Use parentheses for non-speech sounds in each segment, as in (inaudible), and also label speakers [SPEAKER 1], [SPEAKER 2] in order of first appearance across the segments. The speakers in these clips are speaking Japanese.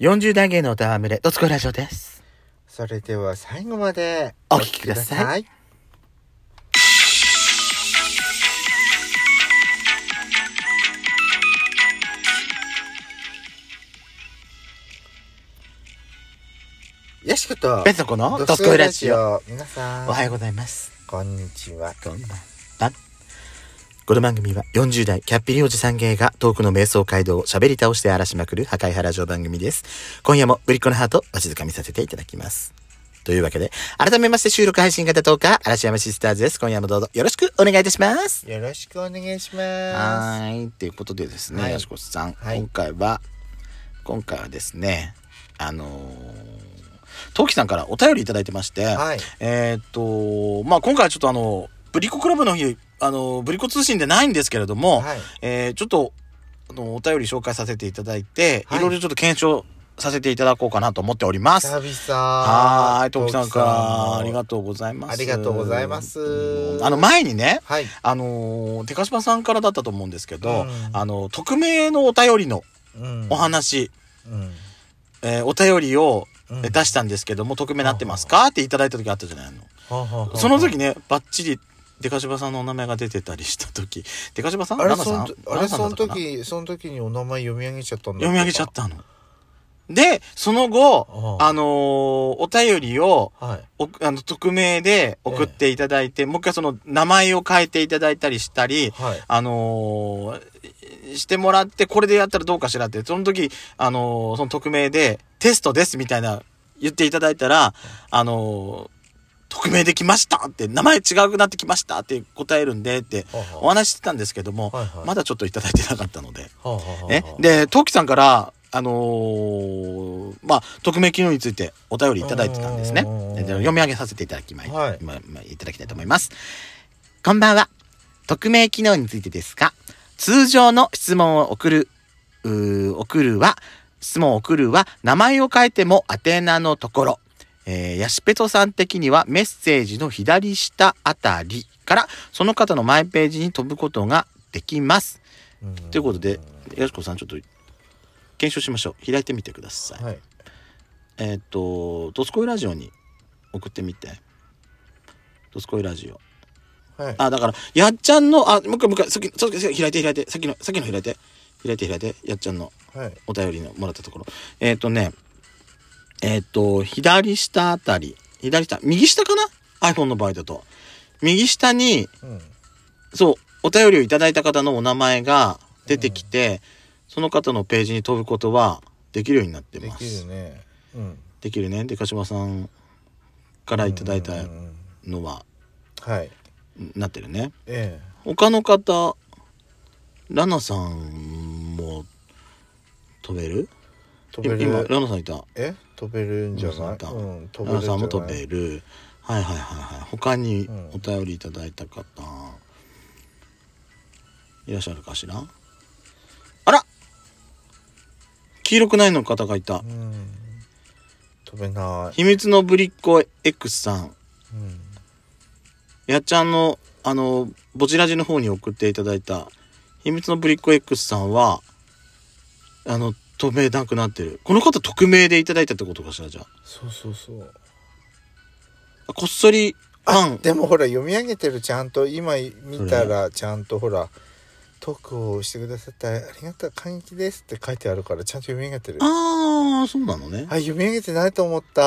[SPEAKER 1] 40代芸の歌は群れ、ドツコイラジオです。
[SPEAKER 2] それでは最後まで
[SPEAKER 1] お聞きくださ
[SPEAKER 2] い。よしこと、
[SPEAKER 1] ベンソコのド
[SPEAKER 2] ド
[SPEAKER 1] ツコ
[SPEAKER 2] スコ
[SPEAKER 1] イ
[SPEAKER 2] イ
[SPEAKER 1] ラ
[SPEAKER 2] ラ
[SPEAKER 1] ジ
[SPEAKER 2] ジ
[SPEAKER 1] オ。
[SPEAKER 2] オ。皆さん、
[SPEAKER 1] おはようございます。
[SPEAKER 2] こんにちは。
[SPEAKER 1] こんばんは。この番組は40代キャッピリおじさん芸が遠くの瞑想街道を喋り倒して荒らしまくる破壊派ラジオ番組です。今夜もぶりっ子のハートをわしづかみさせていただきます。というわけで、改めまして収録配信型10日、嵐山シスターズです。今夜もどうぞよろしくお願いいたします。
[SPEAKER 2] よろしくお願いしま
[SPEAKER 1] はーい。ということでですね、
[SPEAKER 2] はい
[SPEAKER 1] よしこさん、
[SPEAKER 2] はい
[SPEAKER 1] 今回は、今回はですね、あのー、トウキさんからお便りいただいてまして、
[SPEAKER 2] す。はい。
[SPEAKER 1] えーっと、まあ、今回はちょっとあの、ブリコクラブの日、あの、ブリコ通信でないんですけれども、
[SPEAKER 2] はい。
[SPEAKER 1] えーちょっと、あの、お便り紹介させていただいて、
[SPEAKER 2] はい
[SPEAKER 1] いろいろちょっと検証させていただこうかなと思っております。
[SPEAKER 2] 久々。
[SPEAKER 1] はーい、トキさんから、あり
[SPEAKER 2] と
[SPEAKER 1] がとうございます。
[SPEAKER 2] ありがとうございます
[SPEAKER 1] うんあの、前にね、
[SPEAKER 2] う。はい。
[SPEAKER 1] あのー、テカシマさんからだったと思うんですけど、
[SPEAKER 2] うん
[SPEAKER 1] あの、匿名のお便りの
[SPEAKER 2] うん
[SPEAKER 1] お。話、
[SPEAKER 2] うん
[SPEAKER 1] えーお便りを
[SPEAKER 2] うん
[SPEAKER 1] えー出したんですけども、匿名になってますかっていただいた時あったじゃないの。
[SPEAKER 2] はあはあはあ
[SPEAKER 1] その時ね、ばっちり、デカシバさんのお名前が出てたりした時、デカシバさん
[SPEAKER 2] あれ
[SPEAKER 1] ナナさ
[SPEAKER 2] そ
[SPEAKER 1] ん
[SPEAKER 2] のあ
[SPEAKER 1] ナナ
[SPEAKER 2] れ
[SPEAKER 1] さん
[SPEAKER 2] そ
[SPEAKER 1] だ
[SPEAKER 2] の
[SPEAKER 1] ったかな
[SPEAKER 2] 時その時にお名前読み上げちゃったんだ
[SPEAKER 1] 読み上げちゃったの。で、その後、
[SPEAKER 2] ああ
[SPEAKER 1] あのーお便りを、
[SPEAKER 2] たはい
[SPEAKER 1] おあの、匿名で送っていただいて、もう一回その名前を変えていただいたりしたり、
[SPEAKER 2] はい
[SPEAKER 1] あのーしてもらって、これでやったらどうかしらって、その時、あのーその匿名で、テストですみたいな言っていただいたら、あのー匿名で来ましたって、名前違くなってきましたって答えるんでって、
[SPEAKER 2] はあ
[SPEAKER 1] お話ししてたんですけども、
[SPEAKER 2] はいはい
[SPEAKER 1] まだちょっといただいてなかったので。
[SPEAKER 2] はあはあはあ
[SPEAKER 1] ね、で、トキさんから、あのーまあ、匿名機能についてお便りいただいてたんですね。
[SPEAKER 2] うんうんうんうん
[SPEAKER 1] でで読み上げさせていただきまい、
[SPEAKER 2] はい
[SPEAKER 1] ままいただきたいと思います。こんばんは。匿名機能についてですが、通常の質問を送る、うー送るは、質問を送るは、名前を変えても宛名のところ、えー、ヤシペトさん的にはメッセージの左下あたりから、その方のマイページに飛ぶことができます。
[SPEAKER 2] うん
[SPEAKER 1] ということで、よしこさん、ちょっと検証しましょう。開いてみてください。
[SPEAKER 2] はい
[SPEAKER 1] えーっ、と、ドスコイラジオに送ってみて。ドスコイラジオ。
[SPEAKER 2] はい
[SPEAKER 1] あ、だから、やっちゃんの、あ、もう一回、もう一回、さっき、さっき、開いて、開いて、さっきの、さっきの開いて、開いて、開いて、やっちゃんの
[SPEAKER 2] はい
[SPEAKER 1] お便りのもらったところ。えーっ、とね、えーっ、と、左下あたり、左下、右下かな ?iPhone の場合だと。右下に、
[SPEAKER 2] うん
[SPEAKER 1] そう、お便りをいただいた方のお名前が出てきて、その方のページに飛ぶことはできるようになって
[SPEAKER 2] で
[SPEAKER 1] ます。
[SPEAKER 2] きるねうん
[SPEAKER 1] できるね。で、柏さんからいただいた
[SPEAKER 2] うんうんうん
[SPEAKER 1] のは、
[SPEAKER 2] はい
[SPEAKER 1] なってるね。
[SPEAKER 2] え
[SPEAKER 1] 他の方、ラナさんも飛べる
[SPEAKER 2] え飛べ
[SPEAKER 1] 今、
[SPEAKER 2] る
[SPEAKER 1] ラナさんいた。
[SPEAKER 2] え飛べるんじゃ
[SPEAKER 1] ラ
[SPEAKER 2] な
[SPEAKER 1] ナ
[SPEAKER 2] い
[SPEAKER 1] さんいた
[SPEAKER 2] うん飛
[SPEAKER 1] ラナ
[SPEAKER 2] べるんじ
[SPEAKER 1] さ
[SPEAKER 2] ゃ
[SPEAKER 1] ん
[SPEAKER 2] な
[SPEAKER 1] も
[SPEAKER 2] い
[SPEAKER 1] 飛べる。はいはいはいはい。他に
[SPEAKER 2] うん
[SPEAKER 1] お便りいただいた方、いらっしゃるかしらあら黄色くないの方がいた
[SPEAKER 2] う。ん飛べな
[SPEAKER 1] 秘密のぶりっ子 X さん、
[SPEAKER 2] いうん
[SPEAKER 1] やっちゃんの、あの、ぼちらじの方に送っていただいた、秘密のぶりっ子 X さんは、あの、透明なくなってる。この方、匿名でいただいたってことかしら、じゃあ
[SPEAKER 2] そうそうそう
[SPEAKER 1] あ。こっそり、ファン。
[SPEAKER 2] でもほら読み上げてるちゃんと今見たらちゃんとほら「トークをしてくださってありがたい感激です」って書いてあるからちゃんと読み上げてるあ
[SPEAKER 1] あー、そうなのね。
[SPEAKER 2] 読み上げてないと思った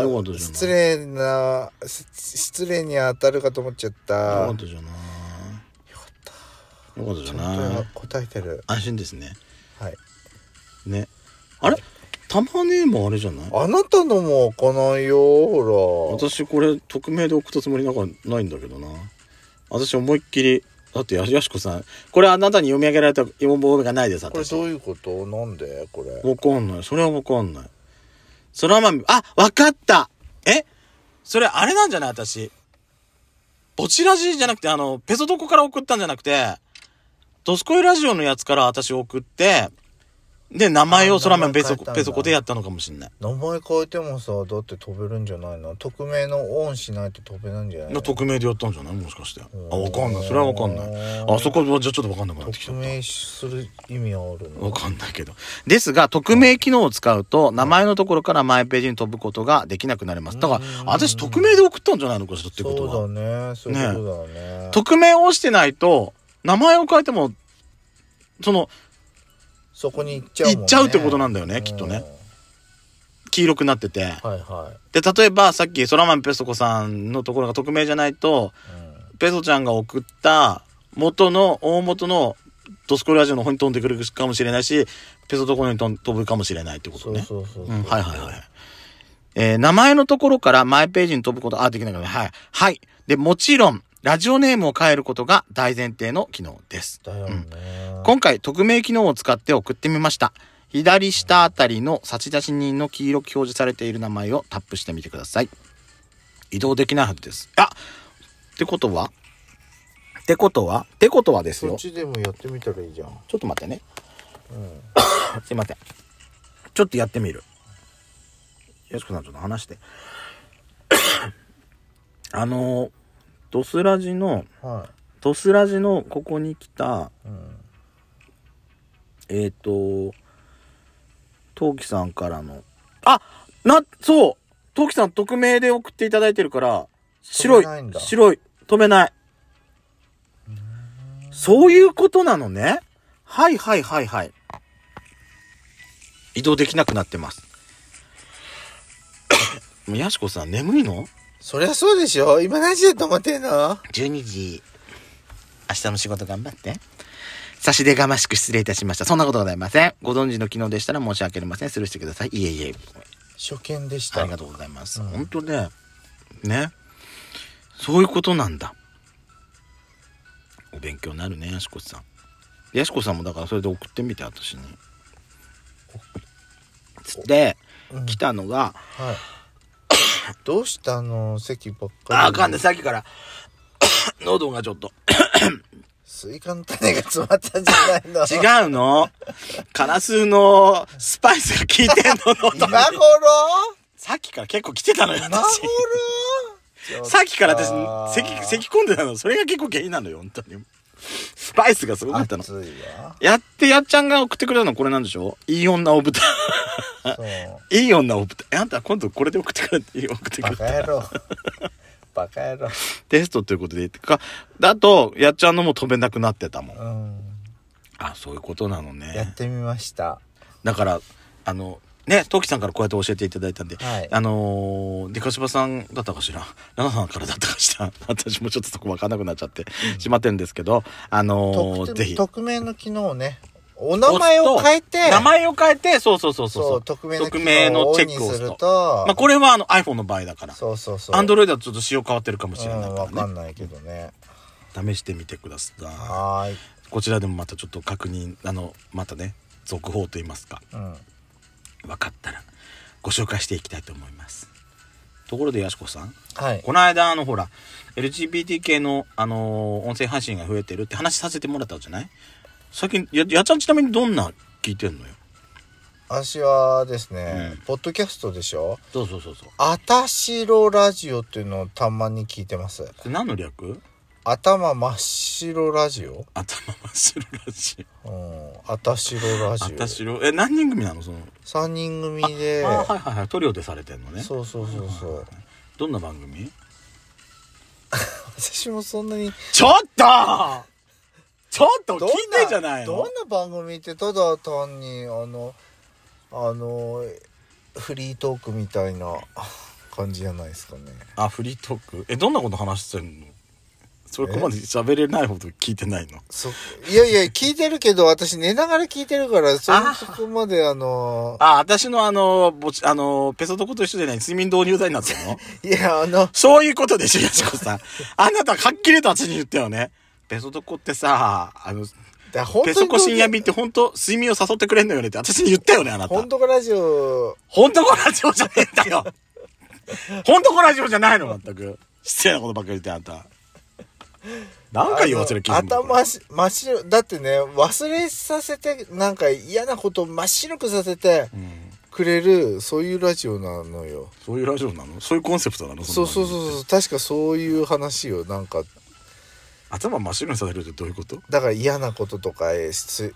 [SPEAKER 1] よかったじゃない
[SPEAKER 2] 失礼なす失礼に当たるかと思っちゃった
[SPEAKER 1] よかっ
[SPEAKER 2] よ
[SPEAKER 1] たじゃない。
[SPEAKER 2] かった
[SPEAKER 1] よかったじ
[SPEAKER 2] ち
[SPEAKER 1] ゃ
[SPEAKER 2] ゃ
[SPEAKER 1] なんい。
[SPEAKER 2] と答えてる
[SPEAKER 1] 安心ですね。
[SPEAKER 2] はい
[SPEAKER 1] ね。あれ玉ねえもあれじゃない
[SPEAKER 2] あなたのも開かないよほら
[SPEAKER 1] 私これ匿名で送ったつもりなんかないんだけどな私思いっきりだってややしこさんこれあなたに読み上げられた覚えがないです
[SPEAKER 2] これ
[SPEAKER 1] 私
[SPEAKER 2] どういうことなんでこれ
[SPEAKER 1] わかんないそれはわかんないそら豆あわかったえそれあれなんじゃない私ぼちラジじゃなくてあのペソドコから送ったんじゃなくてドスコイラジオのやつから私送ってで名前を
[SPEAKER 2] あ
[SPEAKER 1] そらま
[SPEAKER 2] 名
[SPEAKER 1] ペ
[SPEAKER 2] 前変
[SPEAKER 1] ソ
[SPEAKER 2] えた
[SPEAKER 1] コ
[SPEAKER 2] んだ
[SPEAKER 1] ペソコでやったのかもしれない
[SPEAKER 2] 名前変えてもさだって飛べるんじゃないの匿名のオンしないと飛べないんじゃないの
[SPEAKER 1] な匿名でやったんじゃないもしかしてあ
[SPEAKER 2] おー
[SPEAKER 1] わかんないそれはわかんないあそこはじゃあちょっとわかんなくなってきち
[SPEAKER 2] 匿
[SPEAKER 1] ゃった
[SPEAKER 2] 名する意味はあるの
[SPEAKER 1] わかんないけど。ですが、匿名機能を使うと、名前のところからマイページに飛ぶことができなくなります。だから
[SPEAKER 2] う、ん
[SPEAKER 1] 私、匿名で送ったんじゃないのかしらってこと
[SPEAKER 2] そ
[SPEAKER 1] は。
[SPEAKER 2] うだねそういうことだね
[SPEAKER 1] 匿名をしてないと、名前を変えても、その、
[SPEAKER 2] そこに行っちゃうもん、ね、
[SPEAKER 1] 行っちゃうってことなんだよねきっとね黄色くなってて。
[SPEAKER 2] うんはいはい、
[SPEAKER 1] で、例えば、さっき、空豆ペソコさんのところが匿名じゃないと、
[SPEAKER 2] うん
[SPEAKER 1] ペソちゃんが送った、元の、大元の、ドスコラジオの方に飛んでくるかもしれないし、ペソところに飛ん飛ぶかもしれないってこと
[SPEAKER 2] そう
[SPEAKER 1] ね。
[SPEAKER 2] そうそうそう、
[SPEAKER 1] うん、はいはいはい。えー名前のところからマイページに飛ぶこと、あ、できないからね。はい。はい。で、もちろん、ラジオネームを変えることが大前提の機能です。
[SPEAKER 2] だよね、
[SPEAKER 1] 今回、匿名機能を使って送ってみました。左下あたりの差出人の黄色く表示されている名前をタップしてみてください。移動できないはずです。あってことはってことはってことはです
[SPEAKER 2] そっ
[SPEAKER 1] よ。
[SPEAKER 2] ちでもやってみたらいいじゃん、
[SPEAKER 1] ちょっと待ってね。
[SPEAKER 2] うん、
[SPEAKER 1] (coughs) すいません。ちょっとやってみる。やすこさんちょっと話して。 (coughs) あのー、ドスラジの、
[SPEAKER 2] は
[SPEAKER 1] ドスラジのここに来た、
[SPEAKER 2] い、うん、
[SPEAKER 1] えっ、と、トウキさんからの、あな、そうトウキさん匿名で送っていただいてるから、白い
[SPEAKER 2] 飛べないん、だ
[SPEAKER 1] 白い、止めない。そういうことなのね。はいはいはいはい。移動できなくなって (coughs) ます。もうやしこさん眠いの
[SPEAKER 2] そりゃそうでしょ今何時だと思ってんの
[SPEAKER 1] ?12 時。明日の仕事頑張って。差し出がましく失礼いたしました。そんなことございません。ご存知の機能でしたら申し訳ありません。スルーしてください。いえいえ。
[SPEAKER 2] 初見でした
[SPEAKER 1] ありがとうございます。
[SPEAKER 2] うん
[SPEAKER 1] 本当ね、ね、そういうことなんだ。お勉強になるね、やしこさん。やしこさんもだからそれで送ってみて、私に。つって、
[SPEAKER 2] うん
[SPEAKER 1] 来たのが、 (coughs)
[SPEAKER 2] はいどうしたの席ばっかり
[SPEAKER 1] あ、あかんね、さっきから、 (coughs) 喉がちょっと。
[SPEAKER 2] スイカの種が詰まったんじゃない
[SPEAKER 1] (laughs)
[SPEAKER 2] の
[SPEAKER 1] 違うの。カラスのスパイスが効いてんの、
[SPEAKER 2] 今
[SPEAKER 1] 喉に
[SPEAKER 2] 頃
[SPEAKER 1] さっきから結構来てたのよ、
[SPEAKER 2] 今頃
[SPEAKER 1] 私。さっきから私
[SPEAKER 2] ちょっと
[SPEAKER 1] 咳咳込んでたのそれが結構原因なのよ本当にスパイスがすごかったの
[SPEAKER 2] 暑いわ
[SPEAKER 1] やってやっちゃんが送ってくれたのこれなんでしょいい女お豚 (laughs)
[SPEAKER 2] そう
[SPEAKER 1] いい女お豚えあんた今度これで送ってくれって送ってく
[SPEAKER 2] バ
[SPEAKER 1] れ
[SPEAKER 2] カ野郎バカ野郎
[SPEAKER 1] テストということでてかだとやっちゃんのも飛べなくなってたもん
[SPEAKER 2] うん
[SPEAKER 1] あそういうことなの
[SPEAKER 2] や
[SPEAKER 1] ね
[SPEAKER 2] ってみました
[SPEAKER 1] だからあのねトキさんからこうやって教えていただいたんで、
[SPEAKER 2] はい
[SPEAKER 1] あのー、デカシバさんだったかしら奈々さんからだったかしら (laughs) 私もちょっとそこ分かんなくなっちゃってしまってるんですけど、あのー、
[SPEAKER 2] 匿
[SPEAKER 1] ぜひ
[SPEAKER 2] 匿名の機能ねお名前を変えて
[SPEAKER 1] 名前を変えてそうそうそうそう
[SPEAKER 2] そ
[SPEAKER 1] そうう
[SPEAKER 2] 匿名の機
[SPEAKER 1] 匿名
[SPEAKER 2] 能
[SPEAKER 1] の
[SPEAKER 2] をオ
[SPEAKER 1] チェ
[SPEAKER 2] ン
[SPEAKER 1] ッ
[SPEAKER 2] に
[SPEAKER 1] クを押す
[SPEAKER 2] する
[SPEAKER 1] と
[SPEAKER 2] と
[SPEAKER 1] まあこれはあの iPhone の場合だから
[SPEAKER 2] そうそうそう
[SPEAKER 1] アンドロイドはちょっと仕様変わってるかもしれない
[SPEAKER 2] うん
[SPEAKER 1] か
[SPEAKER 2] わ
[SPEAKER 1] ら
[SPEAKER 2] か
[SPEAKER 1] ね
[SPEAKER 2] んないけどね
[SPEAKER 1] 試してみてください
[SPEAKER 2] はーい
[SPEAKER 1] こちらでもまたちょっと確認あのまたね続報といいますか
[SPEAKER 2] うん
[SPEAKER 1] 分かったらご紹介していきたいと思いますところでやしこさん
[SPEAKER 2] はい
[SPEAKER 1] この間あのほら LGBT 系のあのー音声配信が増えてるって話させてもらったじゃない最近ややっちゃんちなみにどんな聞いてんのよ
[SPEAKER 2] 私はですね
[SPEAKER 1] うん
[SPEAKER 2] ポッドキャストでしょ
[SPEAKER 1] そうそうそうそう
[SPEAKER 2] あたしろラジオっていうのをたまに聞いてます
[SPEAKER 1] これ何の略
[SPEAKER 2] 頭真っ白ラジオ
[SPEAKER 1] 頭真っ白らしい
[SPEAKER 2] うんあたしろラジ
[SPEAKER 1] あた
[SPEAKER 2] オ
[SPEAKER 1] しろえ何人組なのその、
[SPEAKER 2] 3人組で
[SPEAKER 1] あはいはいはいトリオでされてんのね
[SPEAKER 2] そうそうそうそう
[SPEAKER 1] どんな番組
[SPEAKER 2] 私もそんなに
[SPEAKER 1] ちょっとちょっと聞いてんじゃない
[SPEAKER 2] どん
[SPEAKER 1] の
[SPEAKER 2] な番組ってただ単にあのあのフリートークみたいな感じじゃないですかね
[SPEAKER 1] あフリートークえどんなこと話してんのそれここまで喋れないほど聞いてないの
[SPEAKER 2] そいやいや聞いてるけど私寝ながら聞いてるからそ
[SPEAKER 1] あ
[SPEAKER 2] そこまであの
[SPEAKER 1] あ私のあのぼちあのペソドコと一緒じゃない睡眠導入剤になってんの
[SPEAKER 2] いやあの
[SPEAKER 1] (laughs) そういうことでしょやしこさんあなたはっきりと私に言ったよねペソドコってさあの
[SPEAKER 2] だ本
[SPEAKER 1] ペ
[SPEAKER 2] 当
[SPEAKER 1] ソ
[SPEAKER 2] に
[SPEAKER 1] コ深夜便って本当睡眠を誘ってくれんのよねって私に言ったよねあなた
[SPEAKER 2] 本当かラジオ
[SPEAKER 1] ほんとこラジオじゃねえんだ (laughs) よほんとこラジオじゃないの、全く。失礼なことばっかり言って、あんた。何回言わせる気すんのこれ
[SPEAKER 2] 頭し真っ白だってね忘れさせてなんか嫌なことを真っ白くさせて
[SPEAKER 1] うん
[SPEAKER 2] くれるそういうラジオなのよ
[SPEAKER 1] そういうラジオなのそういうコンセプトなの
[SPEAKER 2] そうそうそう
[SPEAKER 1] う
[SPEAKER 2] そう確かそういう話よなんか
[SPEAKER 1] 頭真っ白にさせるってどういうこと
[SPEAKER 2] だから嫌なこととかえす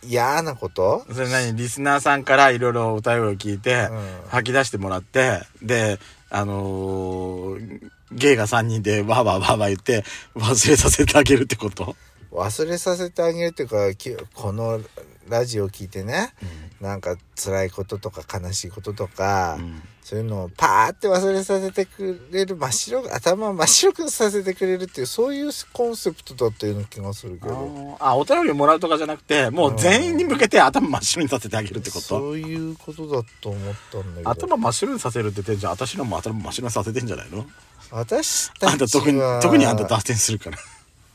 [SPEAKER 2] 嫌なこと、
[SPEAKER 1] それ何リスナーさんからいろいろお便りを聞いて、
[SPEAKER 2] うん
[SPEAKER 1] 吐き出してもらってであのー、ゲイが3人でわーわーわーわー言って忘れさせてあげるってこと、
[SPEAKER 2] 忘れさせてあげるっていうかきこのラジオ聞いてねなんか辛いこととか悲しいこととか、
[SPEAKER 1] うん
[SPEAKER 2] そういうのをパーって忘れさせてくれる真っ白く頭を真っ白くさせてくれるっていうそういうコンセプトだったような気がするけど
[SPEAKER 1] あお便りをもらうとかじゃなくてもう全員に向けて頭真っ白にさせてあげるってこと
[SPEAKER 2] そういうことだと思ったんだけど
[SPEAKER 1] 頭真っ白にさせるって言ってんじゃん私のも頭真っ白にさせてんじゃないの
[SPEAKER 2] 私たちは
[SPEAKER 1] あんた特に特にあんた脱線するから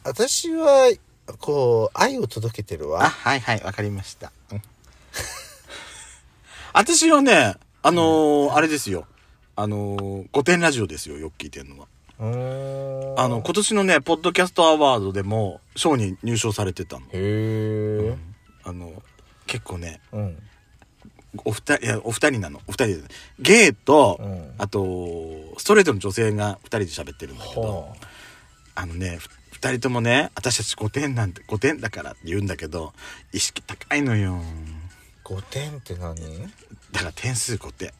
[SPEAKER 2] 私はこう愛を届けてる
[SPEAKER 1] あ
[SPEAKER 2] わ
[SPEAKER 1] はいはいわかりました、うん (laughs) 私はねあのーあれですよあのー、御殿ラジオですよよく聞いてるのは
[SPEAKER 2] うーん
[SPEAKER 1] あの今年のねポッドキャストアワードでも賞に入賞されてたの
[SPEAKER 2] へえ
[SPEAKER 1] あの結構ね
[SPEAKER 2] うん
[SPEAKER 1] お二人いやお二人なのお二人でゲイと、
[SPEAKER 2] うん
[SPEAKER 1] あとストレートの女性が二人で喋ってるんだけど
[SPEAKER 2] は
[SPEAKER 1] あのねふ二人ともね私たち5点なんて5点だからって言うんだけど意識高いのよ
[SPEAKER 2] 5点って何
[SPEAKER 1] だから点数5点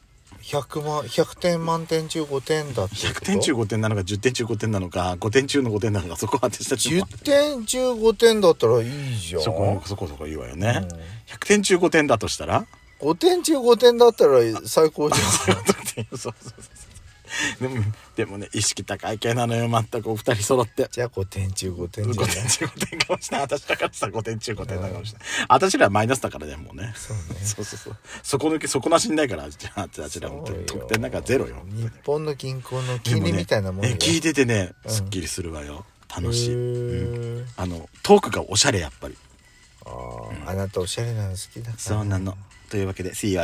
[SPEAKER 2] ?100 万100点満点中5点だってこと
[SPEAKER 1] 100点中5点なのか10点中5点なのか5点中の5点なのかそこは私たちも
[SPEAKER 2] 10点中5点だったらいいじゃん
[SPEAKER 1] そこそこそこいいわよね、
[SPEAKER 2] うん
[SPEAKER 1] 100点中5点だとしたら (laughs)
[SPEAKER 2] 5点中5点だったら最高じゃん (laughs)
[SPEAKER 1] そうそうそうそうでもでもね意識高い系なのよ全くお二人揃って
[SPEAKER 2] じゃあ5点中5点
[SPEAKER 1] 5
[SPEAKER 2] じゃ
[SPEAKER 1] 点
[SPEAKER 2] ない
[SPEAKER 1] 中5点かもしれない私だからさ5点中5点だかもしれない私らはマイナスだからねもうね
[SPEAKER 2] そうね
[SPEAKER 1] そうそうそう底抜け底なしにないからあちらあちら本当に得点なんかゼロよ
[SPEAKER 2] 日本の銀行の
[SPEAKER 1] で
[SPEAKER 2] 金利みたいなもん
[SPEAKER 1] ねね聞い
[SPEAKER 2] て
[SPEAKER 1] ててね
[SPEAKER 2] うん
[SPEAKER 1] すっきりするわよ楽しい、うんあのトークがおしゃれやっぱり
[SPEAKER 2] あーあなたおしゃれなの好きだから
[SPEAKER 1] そうなのというわけで See you again